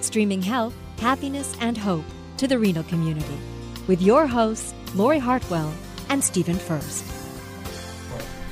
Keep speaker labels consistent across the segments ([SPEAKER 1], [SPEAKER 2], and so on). [SPEAKER 1] streaming health, happiness, and hope to the renal community with your hosts, Lori Hartwell and Stephen First.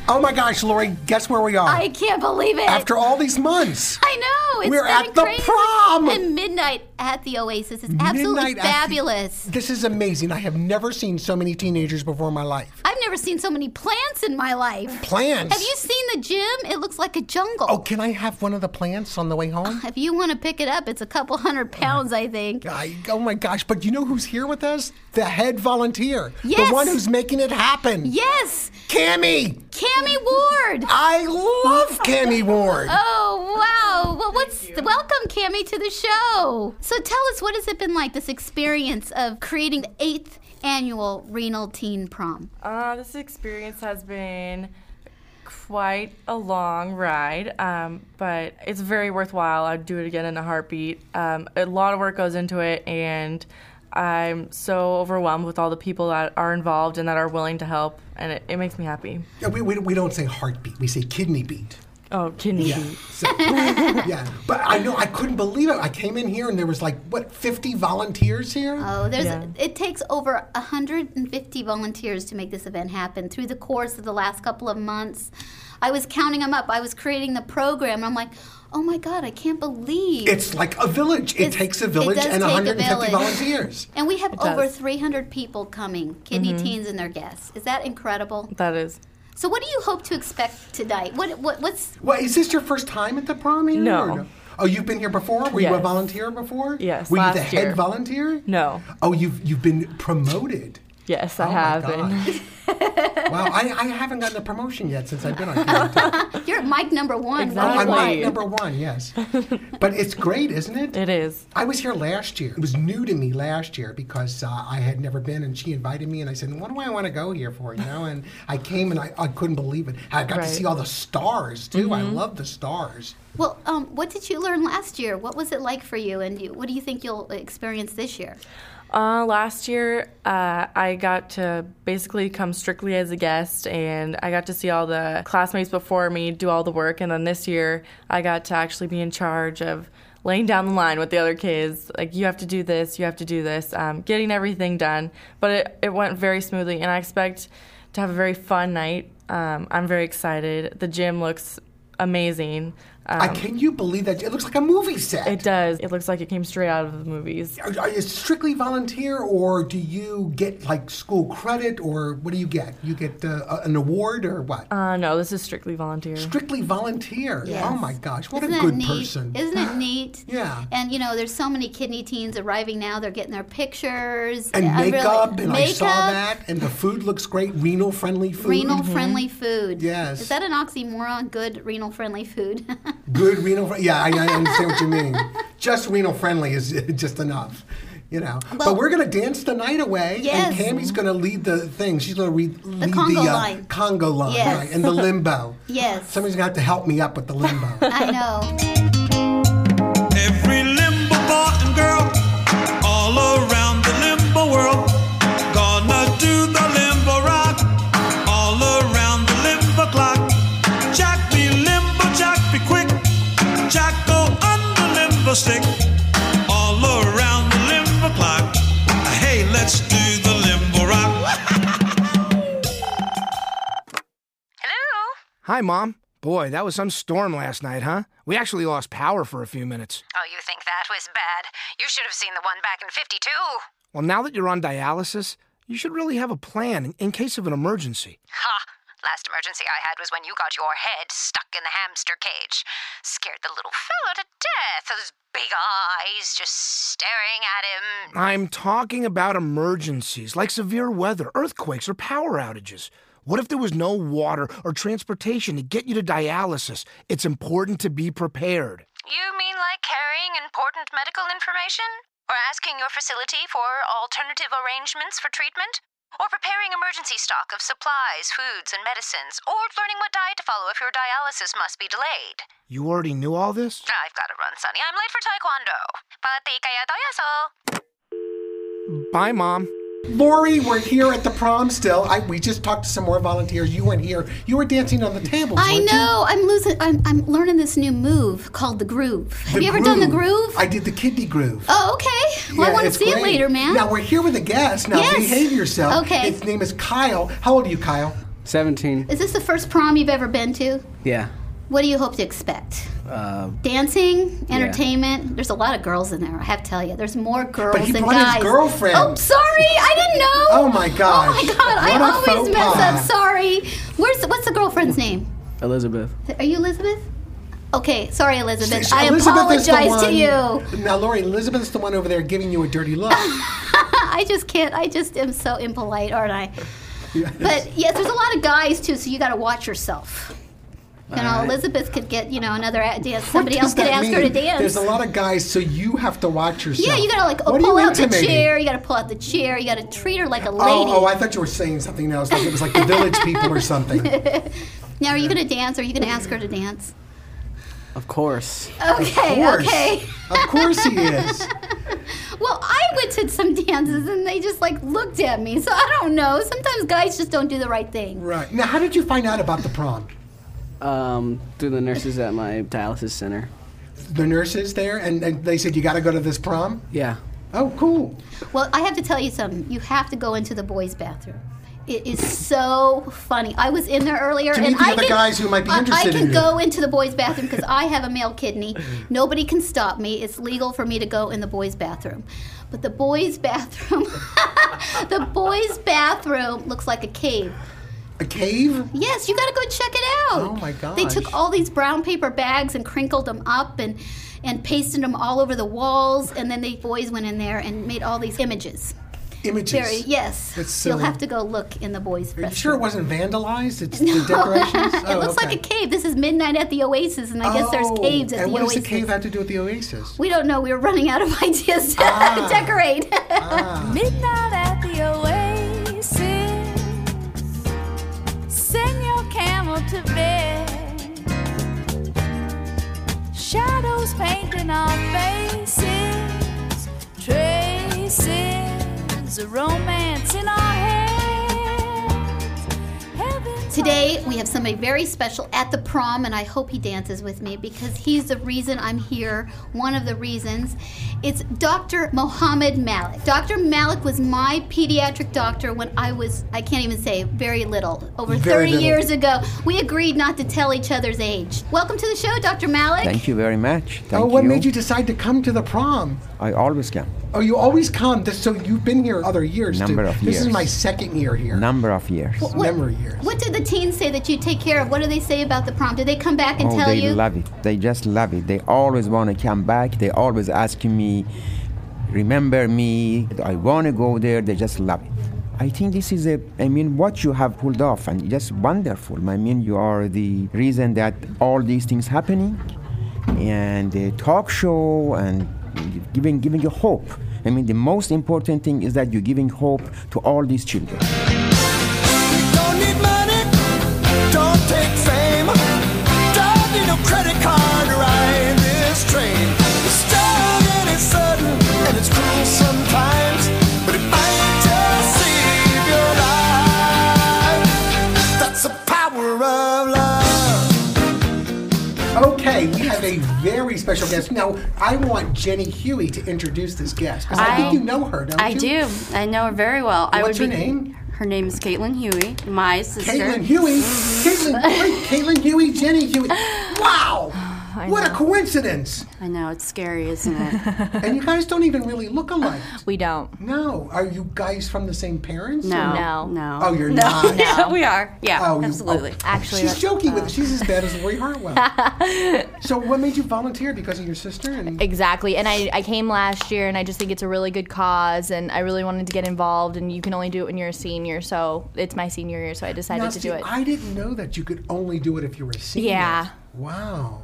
[SPEAKER 2] Oh my gosh, Lori, guess where we are?
[SPEAKER 3] I can't believe it.
[SPEAKER 2] After all these months.
[SPEAKER 3] I know. It's
[SPEAKER 2] We're
[SPEAKER 3] been
[SPEAKER 2] at the
[SPEAKER 3] crazy.
[SPEAKER 2] prom.
[SPEAKER 3] And midnight at the Oasis. It's absolutely
[SPEAKER 2] Midnight at the-
[SPEAKER 3] fabulous.
[SPEAKER 2] This is amazing. I have never seen so many teenagers before in my life.
[SPEAKER 3] I've never seen so many plants in my life.
[SPEAKER 2] Plants.
[SPEAKER 3] Have you seen the gym? It looks like a jungle.
[SPEAKER 2] Oh, can I have one of the plants on the way home?
[SPEAKER 3] If you want to pick it up, it's a couple hundred
[SPEAKER 2] Oh
[SPEAKER 3] pounds, Ah, I think.
[SPEAKER 2] I, oh my gosh, but you know who's here with us? The head volunteer.
[SPEAKER 3] Yes.
[SPEAKER 2] The one who's making it happen.
[SPEAKER 3] Yes,
[SPEAKER 2] Cammy!
[SPEAKER 3] Cammy Ward.
[SPEAKER 2] I love Cammy Ward.
[SPEAKER 3] Uh, Oh wow! Well, what's welcome, Cammy, to the show. So tell us, what has it been like this experience of creating the eighth annual renal teen prom?
[SPEAKER 4] Uh, this experience has been quite a long ride, um, but it's very worthwhile. I'd do it again in a heartbeat. Um, a lot of work goes into it, and I'm so overwhelmed with all the people that are involved and that are willing to help, and it, it makes me happy.
[SPEAKER 2] Yeah, We, we, we don't say heartbeat, we say kidney beat.
[SPEAKER 4] Oh, kidney
[SPEAKER 2] Yeah. So,
[SPEAKER 3] Uh.
[SPEAKER 2] yeah. But I know, I couldn't believe it. I came in here and there was like, what, 50 volunteers here?
[SPEAKER 3] Oh, there's. It takes over 150 volunteers to make this event happen through the course of the last couple of months. I was counting them up. I was creating the program. And I'm like, oh my god, I can't believe.
[SPEAKER 2] It's like a village. It
[SPEAKER 3] It's-
[SPEAKER 2] takes a village
[SPEAKER 3] does
[SPEAKER 2] and
[SPEAKER 3] take a
[SPEAKER 2] 150
[SPEAKER 3] village.
[SPEAKER 2] volunteers.
[SPEAKER 3] and we have
[SPEAKER 4] It
[SPEAKER 3] over
[SPEAKER 4] does. Mm-hmm.
[SPEAKER 3] 300 people coming, kidney teens and their guests. Is that incredible?
[SPEAKER 4] That is.
[SPEAKER 3] So, what do you hope to expect tonight? What, what what's
[SPEAKER 2] Well, is this your first time at the prom here?
[SPEAKER 4] No.
[SPEAKER 2] or Oh, you've been here before? Were you a
[SPEAKER 4] Yes.
[SPEAKER 2] volunteer before?
[SPEAKER 4] Yes,
[SPEAKER 2] Were you the
[SPEAKER 4] last
[SPEAKER 2] head
[SPEAKER 4] year.
[SPEAKER 2] volunteer?
[SPEAKER 4] No.
[SPEAKER 2] Oh, you've you've been promoted.
[SPEAKER 4] Yes, I
[SPEAKER 2] Oh my
[SPEAKER 4] have been.
[SPEAKER 2] God. wow, I, I haven't gotten a promotion yet since I've been on here.
[SPEAKER 3] you're at mic number one?
[SPEAKER 2] I'm
[SPEAKER 4] Exactly.
[SPEAKER 2] like number one, yes. But it's great, isn't it?
[SPEAKER 4] It is.
[SPEAKER 2] I was here last year. It was new to me last year because uh, I had never been, and she invited me, and I said, "What do I want to go here for?" You know, and I came, and I, I couldn't believe it. I got
[SPEAKER 4] Right. Mm-hmm.
[SPEAKER 2] to see all the stars too. I love the stars.
[SPEAKER 3] Well, um, what did you learn last year? What was it like for you? And you, what do you think you'll experience this year?
[SPEAKER 4] Uh, last year, uh, I got to basically come strictly as a guest, and I got to see all the classmates before me do all the work. And then this year, I got to actually be in charge of laying down the line with the other kids. Like, you have to do this, you have to do this, um, getting everything done. But it, it went very smoothly, and I expect to have a very fun night. Um, I'm very excited. The gym looks amazing. Um,
[SPEAKER 2] I can you believe that? It looks like a movie set.
[SPEAKER 4] it does. It looks like it came straight out of the movies.
[SPEAKER 2] Are, are you strictly volunteer, or do you get like school credit, or what do you get? You get uh, a- an award, or what?
[SPEAKER 4] Uh, no, this is strictly volunteer.
[SPEAKER 2] strictly volunteer.
[SPEAKER 3] Yes.
[SPEAKER 2] Oh my gosh, what
[SPEAKER 3] Isn't
[SPEAKER 2] a
[SPEAKER 3] that
[SPEAKER 2] good
[SPEAKER 3] neat?
[SPEAKER 2] person!
[SPEAKER 3] Isn't it neat?
[SPEAKER 2] Yeah.
[SPEAKER 3] And you know, there's so many kidney teens arriving now. They're getting their pictures
[SPEAKER 2] and
[SPEAKER 3] I really-
[SPEAKER 2] makeup, and I saw
[SPEAKER 3] makeup,
[SPEAKER 2] that, and the food looks great. Renal friendly food.
[SPEAKER 3] Renal friendly food.
[SPEAKER 2] Mm-hmm. Yes.
[SPEAKER 3] Is that an oxymoron? Good renal friendly food.
[SPEAKER 2] Good renal. Fr- yeah, I, I understand what you mean. Just renal friendly is just enough. You know,
[SPEAKER 3] Well-
[SPEAKER 2] but we're gonna dance the night away,
[SPEAKER 3] Yes.
[SPEAKER 2] and Cammy's gonna lead the thing. She's gonna re- lead
[SPEAKER 3] Congo
[SPEAKER 2] the uh,
[SPEAKER 3] line.
[SPEAKER 2] Congo line,
[SPEAKER 3] Yes.
[SPEAKER 2] right, and the limbo.
[SPEAKER 3] Yes.
[SPEAKER 2] somebody's gonna have to help me up with the limbo.
[SPEAKER 3] I know.
[SPEAKER 5] Every limbo boy and girl all around the limbo world gonna do the limbo rock all around the limbo clock. Jack be limbo, Jack be quick, Jack go on the limbo stick all around the limbo clock. Hey, let's do the limbo rock.
[SPEAKER 6] Hello?
[SPEAKER 7] Hi, Mom. Boy, that was some storm last night, huh? We actually lost power for a few minutes.
[SPEAKER 6] Oh, you think that was bad? You should have seen the one back in 52.
[SPEAKER 7] Well, now that you're on dialysis, you should really have a plan in, in case of an emergency.
[SPEAKER 6] Ha! Last emergency I had was when you got your head stuck in the hamster cage. Scared the little fellow to death, those big eyes just staring at him.
[SPEAKER 7] I'm talking about emergencies like severe weather, earthquakes, or power outages. What if there was no water or transportation to get you to dialysis? It's important to be prepared.
[SPEAKER 6] You mean like carrying and important medical information? Or asking your facility for alternative arrangements for treatment? Or preparing emergency stock of supplies, foods, and medicines? Or learning what diet to follow if your dialysis must be delayed?
[SPEAKER 7] You already knew all this?
[SPEAKER 6] I've got to run, Sonny. I'm late for Taekwondo. Pati kaya tayo so.
[SPEAKER 7] Bye, Mom.
[SPEAKER 2] Lori, we're here at the prom still. I, we just talked to some more volunteers. You went here. You were dancing on the table.
[SPEAKER 3] I know. I'm losing. I'm, I'm learning this new move called the groove. Have you ever done the groove?
[SPEAKER 2] I did the kidney groove.
[SPEAKER 3] Oh, okay. Well, I want to
[SPEAKER 2] it's
[SPEAKER 3] see it
[SPEAKER 2] great.
[SPEAKER 3] later, man.
[SPEAKER 2] Now we're here with a guest. Now
[SPEAKER 3] Yes.
[SPEAKER 2] behave yourself.
[SPEAKER 3] Okay.
[SPEAKER 2] His name is Kyle. How old are you, Kyle?
[SPEAKER 8] 17.
[SPEAKER 3] Is this the first prom you've ever been to?
[SPEAKER 8] Yeah.
[SPEAKER 3] What do you hope to expect?
[SPEAKER 8] Uh,
[SPEAKER 3] Dancing,
[SPEAKER 8] Yeah.
[SPEAKER 3] entertainment. There's a lot of girls in there. I have to tell you, there's more girls
[SPEAKER 2] he
[SPEAKER 3] than
[SPEAKER 2] brought his
[SPEAKER 3] guys.
[SPEAKER 2] girlfriend.
[SPEAKER 3] Oh, sorry, I didn't know.
[SPEAKER 2] Oh my gosh.
[SPEAKER 3] Oh my god,
[SPEAKER 2] What a
[SPEAKER 3] I
[SPEAKER 2] faux
[SPEAKER 3] always mess
[SPEAKER 2] pas.
[SPEAKER 3] up. Sorry. Where's the, what's the girlfriend's name?
[SPEAKER 8] Elizabeth.
[SPEAKER 3] Are you Elizabeth? Okay, sorry, Elizabeth.
[SPEAKER 2] Sh-
[SPEAKER 3] I
[SPEAKER 2] Elizabeth is the
[SPEAKER 3] apologize to
[SPEAKER 2] one-
[SPEAKER 3] you.
[SPEAKER 2] Now, Lori, Elizabeth's the one over there giving you a dirty look.
[SPEAKER 3] I just can't. I just am so impolite, aren't I? But yes, there's a lot of guys too, so you got to watch yourself. You know,
[SPEAKER 2] Alright.
[SPEAKER 3] Elizabeth could get you know another a- dance. Somebody
[SPEAKER 2] What
[SPEAKER 3] else
[SPEAKER 2] does
[SPEAKER 3] could
[SPEAKER 2] that
[SPEAKER 3] ask her to
[SPEAKER 2] mean?
[SPEAKER 3] dance.
[SPEAKER 2] There's a lot of guys, so you have to watch yourself.
[SPEAKER 3] yeah, you gotta like
[SPEAKER 2] What are
[SPEAKER 3] pull
[SPEAKER 2] you
[SPEAKER 3] out the
[SPEAKER 2] intimating?
[SPEAKER 3] chair. You gotta pull out the chair. You gotta treat her like a lady.
[SPEAKER 2] Oh, oh, I thought you were saying something else, like it was like the village people or something.
[SPEAKER 3] now, are you gonna dance? Or are you gonna ask her to dance?
[SPEAKER 8] Of course.
[SPEAKER 3] Okay,
[SPEAKER 2] course.
[SPEAKER 3] okay.
[SPEAKER 2] Of course he is.
[SPEAKER 3] Well, I went to some dances and they just like looked at me. So I don't know. Sometimes guys just don't do the right thing.
[SPEAKER 2] Right. Now, how did you find out about the prom?
[SPEAKER 8] Um, through the nurses at my dialysis center.
[SPEAKER 2] The nurses there, and, and they said you got to go to this prom.
[SPEAKER 8] Yeah.
[SPEAKER 2] Oh, cool.
[SPEAKER 3] Well, I have to tell you something. You have to go into the boys' bathroom. It is so funny. I was in there earlier,
[SPEAKER 2] To
[SPEAKER 3] and
[SPEAKER 2] meet the
[SPEAKER 3] I
[SPEAKER 2] other
[SPEAKER 3] can,
[SPEAKER 2] guys who might be
[SPEAKER 3] I- I
[SPEAKER 2] interested
[SPEAKER 3] can
[SPEAKER 2] in you.
[SPEAKER 3] go into the boys' bathroom because I have a male kidney. Nobody can stop me. It's legal for me to go in the boys' bathroom. But the boys' bathroom, the boys' bathroom looks like a cave.
[SPEAKER 2] A cave?
[SPEAKER 3] Yes, you got to go check it out.
[SPEAKER 2] Oh my
[SPEAKER 3] They
[SPEAKER 2] gosh.
[SPEAKER 3] took all these brown paper bags and crinkled them up and and pasted them all over the walls, and then the boys went in there and made all these images.
[SPEAKER 2] Images.
[SPEAKER 3] Very, yes.
[SPEAKER 2] That's
[SPEAKER 3] You'll
[SPEAKER 2] silly.
[SPEAKER 3] have to go look in the boys'
[SPEAKER 2] Are you
[SPEAKER 3] restroom.
[SPEAKER 2] sure it wasn't vandalized? It's
[SPEAKER 3] No.
[SPEAKER 2] the decorations. Oh,
[SPEAKER 3] it looks like a cave. This is midnight at the Oasis, and I guess there's caves at
[SPEAKER 2] and
[SPEAKER 3] the
[SPEAKER 2] what does
[SPEAKER 3] Oasis.
[SPEAKER 2] the cave have to do with the oasis?
[SPEAKER 3] We don't know. We were running out of ideas to
[SPEAKER 2] Ah.
[SPEAKER 3] decorate.
[SPEAKER 9] Midnight at the oasis. Send your camel to bed. Shadows painting our faces. Traces of romance in our heads.
[SPEAKER 3] Today, we have somebody very special at the prom, and I hope he dances with me because he's the reason I'm here, one of the reasons. It's Dr. Mohammed Malik. Dr. Malik was my pediatric doctor when I was, I can't even say, very little, over
[SPEAKER 10] Very
[SPEAKER 3] 30
[SPEAKER 10] little.
[SPEAKER 3] years ago. We agreed not to tell each other's age. Welcome to the show, Dr. Malik.
[SPEAKER 10] Thank you very much. Thank
[SPEAKER 2] oh, what
[SPEAKER 10] you.
[SPEAKER 2] made you decide to come to the prom?
[SPEAKER 10] I always come.
[SPEAKER 2] Oh, you always come. This- So you've been here other years. too.
[SPEAKER 10] Number of
[SPEAKER 2] This is
[SPEAKER 10] years.
[SPEAKER 2] my second year here.
[SPEAKER 10] Number of years.
[SPEAKER 3] What, what- what did the teens say that you take care of? What do they say about the prom? Do they come back and
[SPEAKER 10] oh,
[SPEAKER 3] tell
[SPEAKER 10] they
[SPEAKER 3] you?
[SPEAKER 10] love it. They just love it. They always want to come back. They always ask me, remember me. I want to go there. They just love it. I think this is a, I mean, what you have pulled off and just wonderful. I mean, you are the reason that all these things happening and the talk show and giving, giving a hope. I mean, the most important thing is that you're giving hope to all these children.
[SPEAKER 5] Don't need money, don't take fame, don't need no credit card to ride this train. It's strong and it's sudden and it's cruel sometimes, but it might just save your life. That's the power of love.
[SPEAKER 2] Okay, we have a very special guest. Now, I want Jenny Huey to introduce this guest because I,
[SPEAKER 11] I-
[SPEAKER 2] think you know her, don't
[SPEAKER 11] I
[SPEAKER 2] you?
[SPEAKER 11] do. I know her very well. I
[SPEAKER 2] What's
[SPEAKER 11] would
[SPEAKER 2] her
[SPEAKER 11] be-
[SPEAKER 2] name?
[SPEAKER 11] Her name is Caitlin Huey, my sister.
[SPEAKER 2] Caitlin Huey. Caitlin, wait, Caitlin Huey, Jenny Huey. Wow! What a coincidence!
[SPEAKER 11] I know, it's scary, isn't it?
[SPEAKER 2] And you guys don't even really look alike.
[SPEAKER 11] we don't.
[SPEAKER 2] No. Are you guys from the same parents?
[SPEAKER 11] No.
[SPEAKER 2] or-
[SPEAKER 11] No. No.
[SPEAKER 2] Oh, you're
[SPEAKER 11] No.
[SPEAKER 2] not.
[SPEAKER 11] No, we are. Yeah,
[SPEAKER 2] Oh, you-
[SPEAKER 11] absolutely.
[SPEAKER 2] oh,
[SPEAKER 11] Actually,
[SPEAKER 2] she's
[SPEAKER 11] that's-
[SPEAKER 2] joking with. She's as bad as Lori Hartwell. so, what made you volunteer? Because of your sister? And
[SPEAKER 12] Exactly. And I, I came last year and I just think it's a really good cause and I really wanted to get involved and you can only do it when you're a senior. So it's my senior year, so I decided
[SPEAKER 2] Now,
[SPEAKER 12] to
[SPEAKER 2] see,
[SPEAKER 12] do it.
[SPEAKER 2] I didn't know that you could only do it if you were a senior.
[SPEAKER 12] Yeah.
[SPEAKER 2] Wow.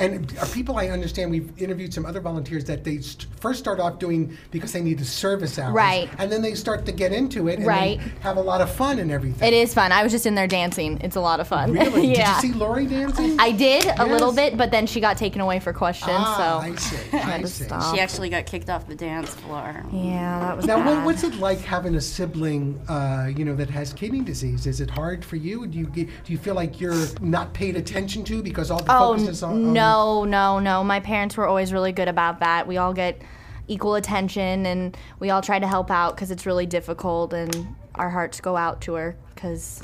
[SPEAKER 2] And uh, people I understand, we've interviewed some other volunteers that they st- first start off doing because they need the service hours.
[SPEAKER 12] Right.
[SPEAKER 2] And then they start to get into it and
[SPEAKER 12] Right.
[SPEAKER 2] they have a lot of fun and everything.
[SPEAKER 12] It is fun. I was just in there dancing. It's a lot of fun.
[SPEAKER 2] Really? Did you
[SPEAKER 12] yeah.
[SPEAKER 2] see Lori dancing?
[SPEAKER 12] I did a little
[SPEAKER 2] Yes.
[SPEAKER 12] bit, but then she got taken away for questions.
[SPEAKER 2] Ah,
[SPEAKER 12] so
[SPEAKER 2] I see.
[SPEAKER 12] I had to stop.
[SPEAKER 11] She actually got kicked off the dance floor.
[SPEAKER 12] Yeah, that was
[SPEAKER 2] now, what,
[SPEAKER 12] bad.
[SPEAKER 2] what's it like having a sibling, uh, you know, that has kidney disease? Is it hard for you? Do you get, do you feel like you're not paid attention to because all the
[SPEAKER 12] Oh
[SPEAKER 2] focus is on? on-
[SPEAKER 12] no, no, no! My parents were always really good about that. We all get equal attention, and we all try to help out because it's really difficult, and our hearts go out to her because,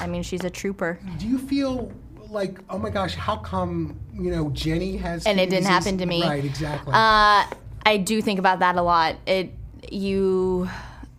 [SPEAKER 12] I mean, she's a trooper.
[SPEAKER 2] Do you feel like, oh my gosh, how come you know Jenny has?
[SPEAKER 12] And it
[SPEAKER 2] kidney disease?
[SPEAKER 12] didn't happen to me.
[SPEAKER 2] Right, exactly.
[SPEAKER 12] Uh, I do think about that a lot. It you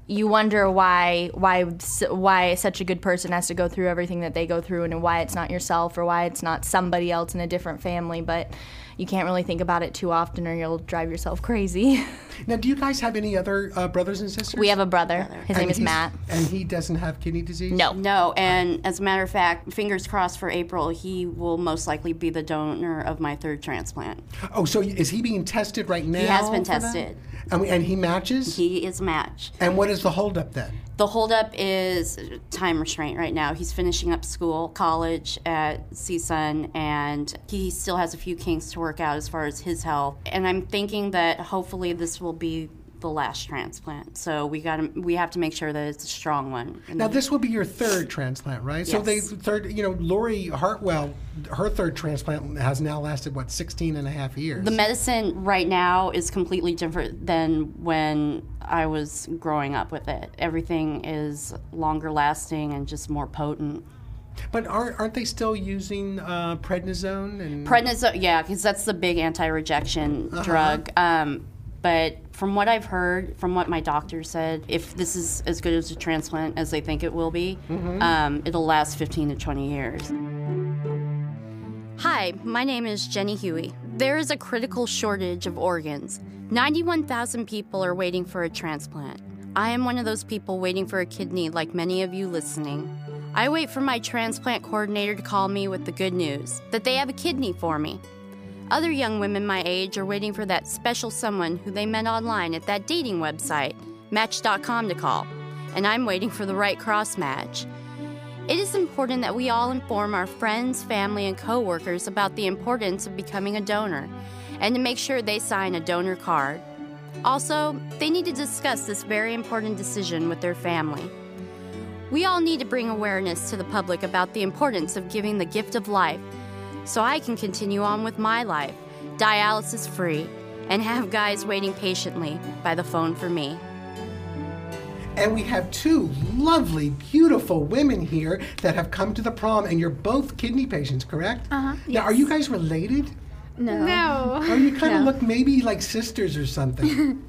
[SPEAKER 12] you wonder why why s- why such a good person has to go through everything that they go through, and why it's not yourself or why it's not somebody else in a different family, but. You can't really think about it too often, or you'll drive yourself crazy.
[SPEAKER 2] now, do you guys have any other uh, brothers and sisters?
[SPEAKER 12] We have a brother.
[SPEAKER 2] And
[SPEAKER 12] His name is
[SPEAKER 2] he's-
[SPEAKER 12] Matt.
[SPEAKER 2] And he doesn't have kidney disease.
[SPEAKER 12] No.
[SPEAKER 11] No, and as a matter of fact, fingers crossed for April, he will most likely be the donor of my third transplant.
[SPEAKER 2] Oh, so is he being tested right now?
[SPEAKER 11] He has been
[SPEAKER 2] for that?
[SPEAKER 11] tested.
[SPEAKER 2] And, we- and he matches.
[SPEAKER 11] He is a match.
[SPEAKER 2] And what is the holdup then?
[SPEAKER 11] The holdup is time restraint right now. He's finishing up school, college at CSUN, and he still has a few kinks to work out as far as his health. And I'm thinking that hopefully this will be the last transplant. So we got to we have to make sure that it's a strong one.
[SPEAKER 2] Now this will be your third transplant, right? So they
[SPEAKER 11] Yes.
[SPEAKER 2] third, you know, Lori Hartwell, her third transplant has now lasted what 16 and a half years.
[SPEAKER 11] The medicine right now is completely different than when I was growing up with it. Everything is longer lasting and just more potent.
[SPEAKER 2] but aren't, aren't they still using uh, prednisone and
[SPEAKER 11] Prednisone, yeah, because that's the big anti-rejection
[SPEAKER 2] Uh-huh.
[SPEAKER 11] drug. Um, but from what I've heard, from what my doctor said, if this is as good as a transplant as they think it will be,
[SPEAKER 13] Mhm.
[SPEAKER 11] um, it'll last 15 to 20 years. Hi, my name is Jenny Huey. There is a critical shortage of organs. 91,000 people are waiting for a transplant. I am one of those people waiting for a kidney, like many of you listening. I wait for my transplant coordinator to call me with the good news that they have a kidney for me. Other young women my age are waiting for that special someone who they met online at that dating website, Match.com, to call. And I'm waiting for the right cross match. It is important that we all inform our friends, family, and coworkers about the importance of becoming a donor and to make sure they sign a donor card. Also, they need to discuss this very important decision with their family. We all need to bring awareness to the public about the importance of giving the gift of life so I can continue on with my life, dialysis free, and have guys waiting patiently by the phone for me.
[SPEAKER 2] And we have two lovely, beautiful women here that have come to the prom, and you're both kidney patients, correct? Uh huh. Now, are you guys related?
[SPEAKER 14] Uh-huh, No. No.
[SPEAKER 2] Or you kind of look maybe like sisters or something.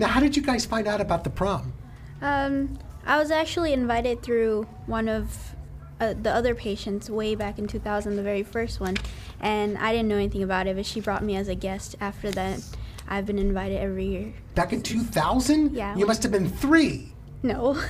[SPEAKER 2] now, how did you guys find out about the prom?
[SPEAKER 14] Um, I was actually invited through one of uh, the other patients way back in 2000, the very first one, and I didn't know anything about it, but she brought me as a guest. After that, I've been invited every year.
[SPEAKER 2] Back in 2000?
[SPEAKER 14] Yeah.
[SPEAKER 2] You must have been three.
[SPEAKER 14] No,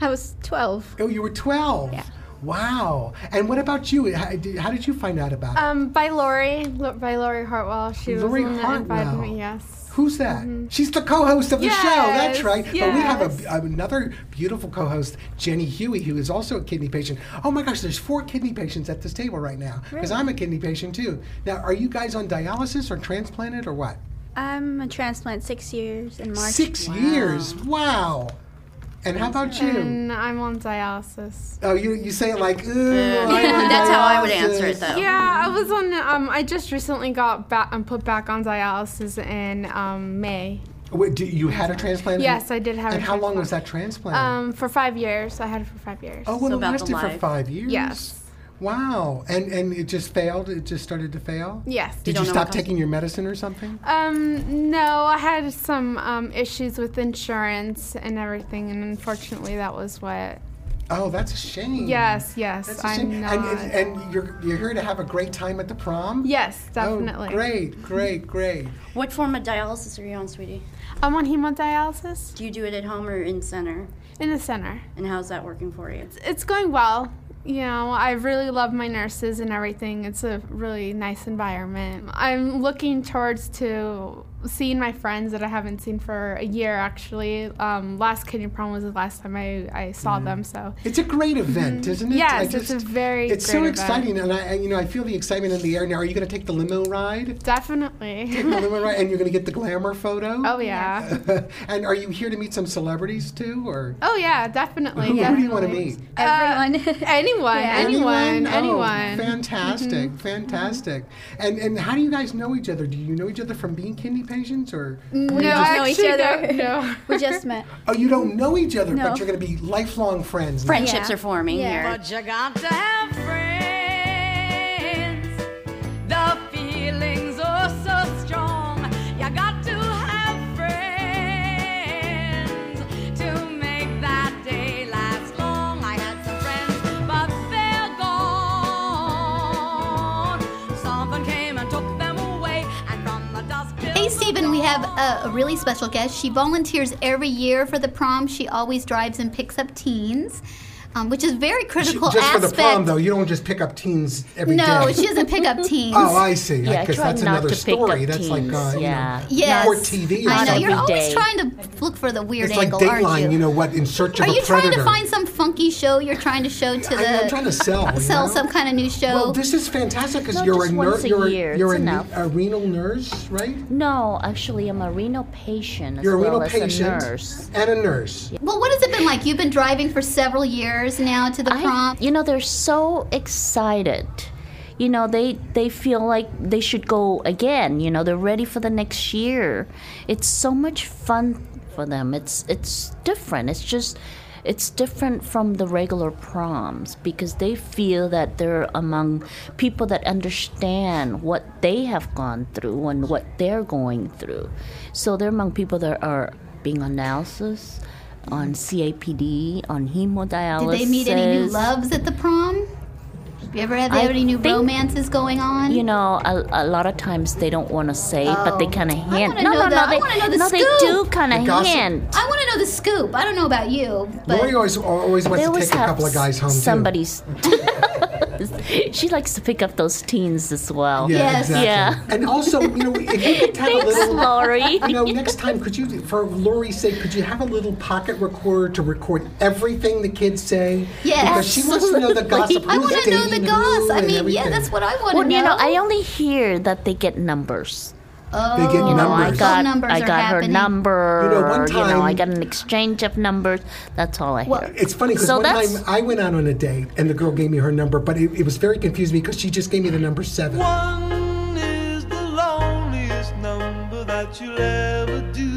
[SPEAKER 14] I was 12.
[SPEAKER 2] Oh, you were 12? Yeah. Wow. And what about you? How did how did you find out about it?
[SPEAKER 15] Um, by Lori, Lo- by Lori Hartwell. She
[SPEAKER 2] Lori
[SPEAKER 15] was the one that invited
[SPEAKER 2] Hartwell.
[SPEAKER 15] me. Yes. Mm-hmm.
[SPEAKER 2] Who's that? She's the co-host of the show. That's
[SPEAKER 15] Yes,
[SPEAKER 2] right. But we have a, another beautiful co-host, Jenny Huey, who is also a kidney patient. Oh my gosh, there's four kidney patients at this table right now because
[SPEAKER 14] Really?
[SPEAKER 2] I'm a kidney patient too. Now, are you guys on dialysis or transplanted or what?
[SPEAKER 14] I'm a transplant six years in March.
[SPEAKER 2] Six years. Wow. And how about you?
[SPEAKER 15] And I'm on dialysis.
[SPEAKER 2] Oh, you you say it like, ooh.
[SPEAKER 11] Yeah.
[SPEAKER 2] I'm on
[SPEAKER 11] That's how I would
[SPEAKER 2] dialysis."
[SPEAKER 11] answer it, though.
[SPEAKER 15] Yeah, I was on. Um, I just recently got back and put back on dialysis in um, May.
[SPEAKER 2] Wait, do you had a transplant?
[SPEAKER 15] Yes, I did have.
[SPEAKER 2] And
[SPEAKER 15] a
[SPEAKER 2] how long was that transplant?
[SPEAKER 15] Um, for five years. I had it for five years.
[SPEAKER 2] oh, well, it lasted for five years.
[SPEAKER 15] Yes.
[SPEAKER 2] Wow. And and it just failed. It just started to fail.
[SPEAKER 15] Yes.
[SPEAKER 2] Did you stop taking your medicine or something?
[SPEAKER 15] Um, no, I had some um, issues with insurance and everything, and unfortunately, that was what.
[SPEAKER 2] Oh, that's a shame.
[SPEAKER 15] Yes, yes,
[SPEAKER 2] That's a shame.
[SPEAKER 15] I'm not.
[SPEAKER 2] And, and, and you're, you're here to have a great time at the prom?
[SPEAKER 15] yes,
[SPEAKER 2] Oh,
[SPEAKER 15] definitely.
[SPEAKER 2] great, great, great.
[SPEAKER 11] What form of dialysis are you on, sweetie?
[SPEAKER 15] I'm on hemodialysis.
[SPEAKER 11] Do you do it at home or in center?
[SPEAKER 15] In the center.
[SPEAKER 11] And how's that working for you?
[SPEAKER 15] It's going well. you know, I really love my nurses and everything. It's a really nice environment. I'm looking towards to seeing my friends that I haven't seen for a year, actually. Um, last kidney prom was the last time I, I saw them, so.
[SPEAKER 2] It's a great event, isn't it? I
[SPEAKER 15] Mm-hmm. Yes,
[SPEAKER 2] just-
[SPEAKER 15] it's a very
[SPEAKER 2] It's
[SPEAKER 15] great
[SPEAKER 2] so
[SPEAKER 15] event.
[SPEAKER 2] exciting, and I, and, you know, I feel the excitement in the air. Now, are you going to take the limo ride?
[SPEAKER 15] Definitely.
[SPEAKER 2] Take the limo ride, and you're going to get the glamour photo.
[SPEAKER 15] Oh, yeah.
[SPEAKER 2] and are you here to meet some celebrities too, or?
[SPEAKER 15] Oh, yeah, definitely.
[SPEAKER 2] Who do you want
[SPEAKER 15] definitely.
[SPEAKER 2] to meet?
[SPEAKER 3] Uh,
[SPEAKER 15] Everyone. anyone, anyone, Mm-hmm. anyone.
[SPEAKER 2] Oh, fantastic, fantastic. And and how do you guys know each other? Do you know each other from being kidney patients, or?
[SPEAKER 15] Mm.
[SPEAKER 14] We
[SPEAKER 2] or you
[SPEAKER 14] just
[SPEAKER 2] just-
[SPEAKER 14] know each other. we just met.
[SPEAKER 2] Oh, you don't know each other,
[SPEAKER 14] No.
[SPEAKER 2] but you're going to be lifelong friends. now.
[SPEAKER 11] Friendships are forming here.
[SPEAKER 9] But you got to have friends. The feelings are so strong. You got to have friends to make that day last long. I had some friends, but they're gone. Something came and took them away, and from the dusk till
[SPEAKER 3] Hey, Stephen, we have a, a really special guest. She volunteers every year for the prom. She always drives and picks up teens, um, which is very critical
[SPEAKER 2] Just for
[SPEAKER 3] aspect.
[SPEAKER 2] the prom, though, you don't just pick up teens every day.
[SPEAKER 3] no, she doesn't pick up teens.
[SPEAKER 2] Oh, I see.
[SPEAKER 3] Yeah,
[SPEAKER 2] I guess
[SPEAKER 3] try
[SPEAKER 2] that's
[SPEAKER 3] not
[SPEAKER 2] another
[SPEAKER 3] to pick
[SPEAKER 2] story.
[SPEAKER 3] up
[SPEAKER 2] That's like,
[SPEAKER 3] teens,
[SPEAKER 2] uh,
[SPEAKER 3] yeah.
[SPEAKER 2] you know,
[SPEAKER 3] Yes.
[SPEAKER 2] or TV or
[SPEAKER 3] I know.
[SPEAKER 2] something.
[SPEAKER 3] You're always trying to look for the weird
[SPEAKER 2] It's like
[SPEAKER 3] angle,
[SPEAKER 2] Dateline,
[SPEAKER 3] aren't
[SPEAKER 2] you?
[SPEAKER 3] you?
[SPEAKER 2] know what? In search of
[SPEAKER 3] Are
[SPEAKER 2] a
[SPEAKER 3] you
[SPEAKER 2] predator.
[SPEAKER 3] trying to find some funky show you're trying to show to
[SPEAKER 2] I-
[SPEAKER 3] the
[SPEAKER 2] I'm trying to sell, you
[SPEAKER 3] sell
[SPEAKER 2] know?
[SPEAKER 3] some kind of new show?
[SPEAKER 2] Well, this is fantastic because
[SPEAKER 3] No,
[SPEAKER 2] you're
[SPEAKER 3] just
[SPEAKER 2] a nurse.
[SPEAKER 3] once a
[SPEAKER 2] you're
[SPEAKER 16] year,
[SPEAKER 2] you're
[SPEAKER 16] it's
[SPEAKER 2] a,
[SPEAKER 16] enough.
[SPEAKER 2] a renal nurse, right?
[SPEAKER 16] No, actually, I'm a renal patient as
[SPEAKER 2] You're a
[SPEAKER 16] well
[SPEAKER 2] renal
[SPEAKER 16] as
[SPEAKER 2] patient
[SPEAKER 16] a nurse.
[SPEAKER 2] and a nurse.
[SPEAKER 3] Well, what has it been like? You've been driving for several years now to the prom.
[SPEAKER 16] You know, they're so excited. You know, they they feel like they should go again. You know, they're ready for the next year. It's so much fun for them. It's it's different. It's just it's different from the regular proms because they feel that they're among people that understand what they have gone through and what they're going through. So they're among people that are being on analysis, on CAPD, on
[SPEAKER 3] Did
[SPEAKER 16] hemodialysis.
[SPEAKER 3] they meet any new loves at the prom? You ever have
[SPEAKER 16] I
[SPEAKER 3] any new
[SPEAKER 16] think-
[SPEAKER 3] romances going on?
[SPEAKER 16] You know, a, a lot of times they don't want to say, but they
[SPEAKER 3] Oh.
[SPEAKER 16] kind of
[SPEAKER 3] I
[SPEAKER 16] hint.
[SPEAKER 3] want to
[SPEAKER 16] No,
[SPEAKER 3] know
[SPEAKER 16] no,
[SPEAKER 3] the,
[SPEAKER 16] no, they,
[SPEAKER 3] I want to know the
[SPEAKER 16] no,
[SPEAKER 3] scoop.
[SPEAKER 16] they do kind of hint.
[SPEAKER 3] I want to know the scoop. I don't know about you, but
[SPEAKER 2] Lori always always wants to
[SPEAKER 16] They always
[SPEAKER 2] take a
[SPEAKER 16] have
[SPEAKER 2] couple of guys home too.
[SPEAKER 16] Somebody's. she likes to pick up those teens as well.
[SPEAKER 2] Yeah, exactly.
[SPEAKER 16] Yeah.
[SPEAKER 2] And also, you know, if you could have a
[SPEAKER 16] Thanks,
[SPEAKER 2] little,
[SPEAKER 16] Lori.
[SPEAKER 2] you know, next time, could you, for Lori's sake, could you have a little pocket recorder to record everything the kids say?
[SPEAKER 16] Yeah,
[SPEAKER 2] because she wants to know the gossip.
[SPEAKER 16] absolutely. I
[SPEAKER 2] who's
[SPEAKER 16] wanna know the
[SPEAKER 2] dating who
[SPEAKER 16] gossip. I
[SPEAKER 2] and
[SPEAKER 16] mean, yeah,
[SPEAKER 2] everything.
[SPEAKER 16] that's
[SPEAKER 3] what I want
[SPEAKER 16] Well,
[SPEAKER 3] to know.
[SPEAKER 16] you know, I only hear that they get numbers.
[SPEAKER 3] Oh,
[SPEAKER 2] They get
[SPEAKER 16] you know, I
[SPEAKER 2] numbers.
[SPEAKER 16] got,
[SPEAKER 3] Phone numbers
[SPEAKER 16] I
[SPEAKER 3] are
[SPEAKER 16] got her
[SPEAKER 3] happening.
[SPEAKER 16] number.
[SPEAKER 2] You know, one
[SPEAKER 16] you know, I
[SPEAKER 2] time-
[SPEAKER 16] got an exchange of numbers. That's all I hear.
[SPEAKER 2] It's funny because
[SPEAKER 16] So
[SPEAKER 2] one
[SPEAKER 16] that's-
[SPEAKER 2] time I went out on a date and the girl gave me her number, but it, it was very confusing because she just gave me the number seven.
[SPEAKER 5] One is the loneliest number that you'll ever do.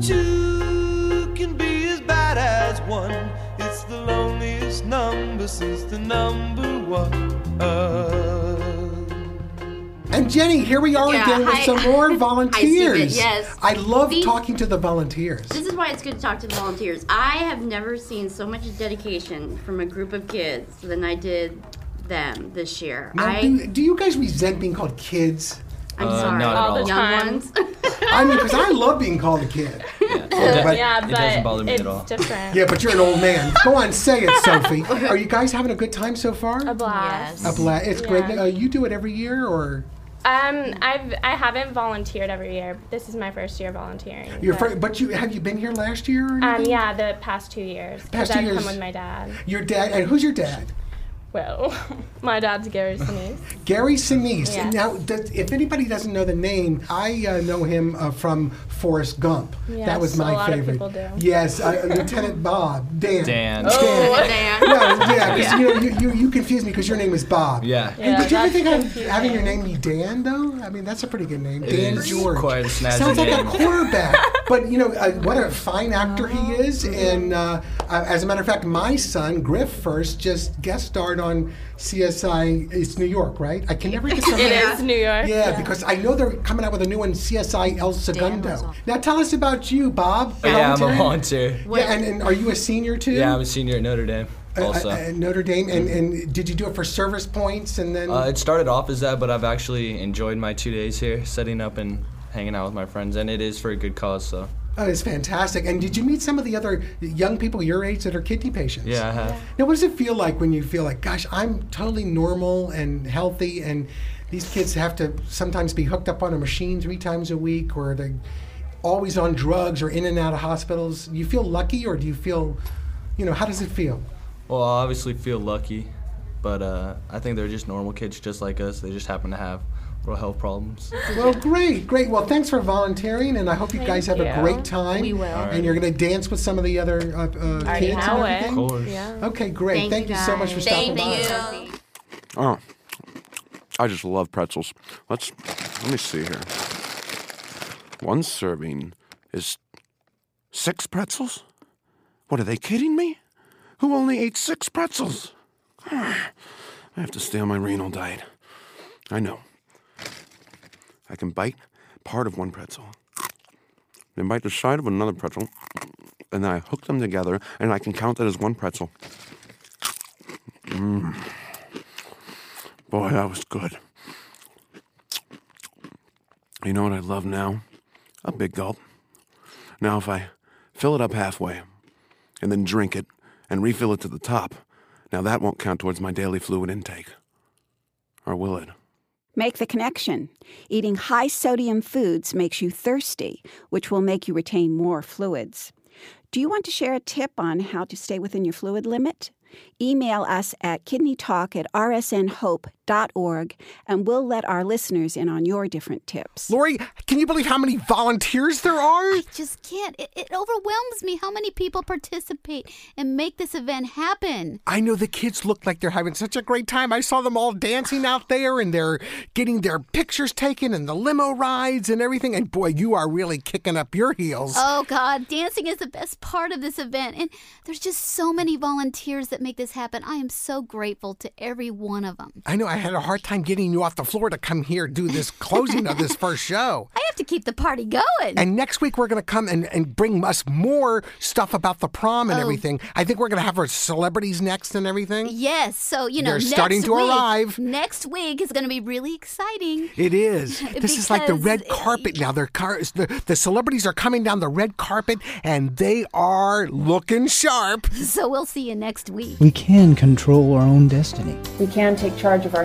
[SPEAKER 5] Two can be as bad as one. It's the loneliest number since the number one.
[SPEAKER 2] And Jenny, here we are
[SPEAKER 11] Yeah,
[SPEAKER 2] again with
[SPEAKER 11] I-
[SPEAKER 2] some more
[SPEAKER 11] I see it,
[SPEAKER 2] volunteers.
[SPEAKER 11] yes.
[SPEAKER 2] I love
[SPEAKER 11] These-
[SPEAKER 2] talking to the volunteers.
[SPEAKER 11] This is why it's good to talk to the volunteers. I have never seen so much dedication from a group of kids than I did them this year.
[SPEAKER 2] Now,
[SPEAKER 11] I,
[SPEAKER 2] do, do you guys resent being called kids?
[SPEAKER 11] I'm sorry, young ones.
[SPEAKER 2] I mean, because I love being called a kid. Oh, but-
[SPEAKER 4] yeah,
[SPEAKER 2] it
[SPEAKER 4] but
[SPEAKER 2] doesn't bother me at
[SPEAKER 4] it's
[SPEAKER 2] all.
[SPEAKER 4] different.
[SPEAKER 2] Yeah, but you're an old man. Go on, say it, Sophie. Are you guys having a good time so far? A
[SPEAKER 4] blast.
[SPEAKER 2] A blast. It's great. Uh, you do it every year, or
[SPEAKER 17] Um, I've I haven't volunteered every year. This is my first year volunteering.
[SPEAKER 2] your friend? But you have you been here last year? Or
[SPEAKER 17] Um,
[SPEAKER 2] anything?
[SPEAKER 17] yeah, the past two years. 'cause
[SPEAKER 2] Past two
[SPEAKER 17] I've
[SPEAKER 2] years.
[SPEAKER 17] come with my dad.
[SPEAKER 2] Your dad. And who's your dad?
[SPEAKER 17] Well, my dad's Gary Sinise.
[SPEAKER 2] Gary Sinise.
[SPEAKER 17] Yeah.
[SPEAKER 2] Now, does, if anybody doesn't know the name, I uh, know him uh, from Forrest Gump. that was
[SPEAKER 17] Yes,
[SPEAKER 2] my
[SPEAKER 17] a lot of
[SPEAKER 2] favorite.
[SPEAKER 17] people do.
[SPEAKER 2] Yes, uh, Lieutenant Bob. Dan.
[SPEAKER 18] Dan.
[SPEAKER 2] Dan.
[SPEAKER 17] Oh.
[SPEAKER 2] Dan. No, yeah, 'cause, you, know, you, you, you confuse me because your name is Bob.
[SPEAKER 18] Yeah.
[SPEAKER 2] And
[SPEAKER 18] Yeah,
[SPEAKER 2] did you ever
[SPEAKER 18] that's
[SPEAKER 2] think of
[SPEAKER 18] confusing.
[SPEAKER 2] having your name be Dan, though? I mean, that's a pretty good name.
[SPEAKER 18] It
[SPEAKER 2] Dan
[SPEAKER 18] is
[SPEAKER 2] George.
[SPEAKER 18] quite a snazzy
[SPEAKER 2] Sounds like
[SPEAKER 18] name.
[SPEAKER 2] a quarterback. but, you know, uh, what a fine actor he
[SPEAKER 18] Uh-huh.
[SPEAKER 2] is. And uh, uh, as a matter of fact, my son, Griff First, just guest starred on CSI. It's New York, right? I can never get the
[SPEAKER 17] It
[SPEAKER 2] name.
[SPEAKER 17] is New York.
[SPEAKER 2] Yeah, because I know they're coming out with a new one, CSI El Segundo. Now tell us about you, Bob.
[SPEAKER 18] Oh, Yeah, I'm a
[SPEAKER 2] Volunteer?
[SPEAKER 18] volunteer.
[SPEAKER 2] Yeah, and, and are you a senior too?
[SPEAKER 18] Yeah, I'm a senior at Notre Dame
[SPEAKER 2] Uh, uh,
[SPEAKER 18] also.
[SPEAKER 2] uh, Notre Dame, and, and did you do it for service points and then?
[SPEAKER 18] Uh, it started off as that, but I've actually enjoyed my two days here, setting up and hanging out with my friends, and it is for a good cause, so.
[SPEAKER 2] Oh, it's fantastic. And did you meet some of the other young people your age that are kidney patients?
[SPEAKER 18] Yeah, I have.
[SPEAKER 2] Now, what does it feel like when you feel like, gosh, I'm totally normal and healthy, and these kids have to sometimes be hooked up on a machine three times a week, or they're always on drugs or in and out of hospitals? You feel lucky, or do you feel, you know, how does it feel?
[SPEAKER 18] Well, I obviously feel lucky, but uh, I think they're just normal kids just like us. They just happen to have little health problems.
[SPEAKER 2] Well, great, great. Well, thanks for volunteering, and I hope you guys have
[SPEAKER 18] Thank
[SPEAKER 2] a
[SPEAKER 18] you.
[SPEAKER 2] great time.
[SPEAKER 18] We will. Alright.
[SPEAKER 2] And you're going to dance with some of the other uh, uh,
[SPEAKER 17] Already
[SPEAKER 2] kids and
[SPEAKER 17] know it.
[SPEAKER 2] everything.
[SPEAKER 17] Of course. Yeah.
[SPEAKER 2] Okay, great. Thank, you, so much for stopping by.
[SPEAKER 17] you.
[SPEAKER 19] Oh, I just love pretzels. Let's let me see here. One serving is six pretzels. What are they kidding me? Who only ate six pretzels? I have to stay on my renal diet. I know. I can bite part of one pretzel, then bite the side of another pretzel, and then I hook them together, and I can count that as one pretzel. Mm. Boy, that was good. You know what I love now? A big gulp. Now, if I fill it up halfway and then drink it and refill it to the top, now that won't count towards my daily fluid intake. Or will it?
[SPEAKER 20] Make the connection. Eating high sodium foods makes you thirsty, which will make you retain more fluids. Do you want to share a tip on how to stay within your fluid limit? Email us at kidneytalk at rsnhope.org and we'll let our listeners in on your different tips.
[SPEAKER 2] Lori, can you believe how many volunteers there are?
[SPEAKER 3] Just can't. It, it overwhelms me how many people participate and make this event happen.
[SPEAKER 2] I know the kids look like they're having such a great time. I saw them all dancing out there and they're getting their pictures taken and the limo rides and everything. And boy, you are really kicking up your heels.
[SPEAKER 3] Oh, God. Dancing is the best part of this event. And there's just so many volunteers that make this happen. I am so grateful to every one of them.
[SPEAKER 2] I know I had a hard time getting you off the floor to come here do this closing of this first show.
[SPEAKER 3] I have to keep the party going.
[SPEAKER 2] And next week we're going to come and, and bring us more stuff about the prom and
[SPEAKER 3] Oh.
[SPEAKER 2] everything. I think we're going to have our celebrities next and everything.
[SPEAKER 3] Yes, so you know
[SPEAKER 2] They're
[SPEAKER 3] next
[SPEAKER 2] starting to
[SPEAKER 3] week,
[SPEAKER 2] arrive.
[SPEAKER 3] Next week is going to be really exciting.
[SPEAKER 2] It is. This is like the
[SPEAKER 3] Because
[SPEAKER 2] red carpet now. They're car- the, the celebrities are coming down the red carpet and they are looking sharp.
[SPEAKER 3] So we'll see you next week.
[SPEAKER 21] We can control our own destiny.
[SPEAKER 13] We can take charge of our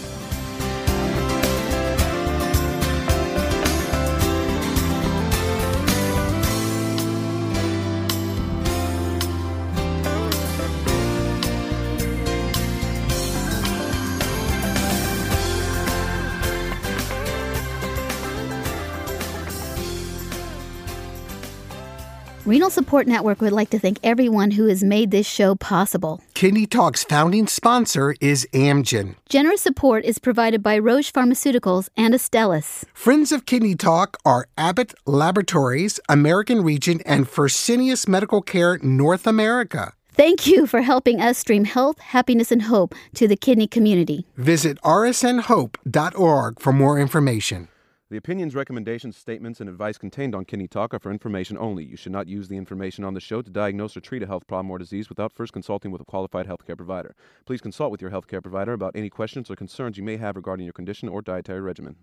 [SPEAKER 3] Renal Support Network would like to thank everyone who has made this show possible.
[SPEAKER 2] Kidney Talk's founding sponsor is Amgen.
[SPEAKER 3] Generous support is provided by Roche Pharmaceuticals and Astellas.
[SPEAKER 2] Friends of Kidney Talk are Abbott Laboratories, American Region, and Fresenius Medical Care North America.
[SPEAKER 3] Thank you for helping us stream health, happiness, and hope to the kidney community.
[SPEAKER 2] Visit rsnhope.org for more information.
[SPEAKER 22] The opinions, recommendations, statements, and advice contained on Kidney Talk are for information only. You should not use the information on the show to diagnose or treat a health problem or disease without first consulting with a qualified healthcare provider. Please consult with your healthcare provider about any questions or concerns you may have regarding your condition or dietary regimen.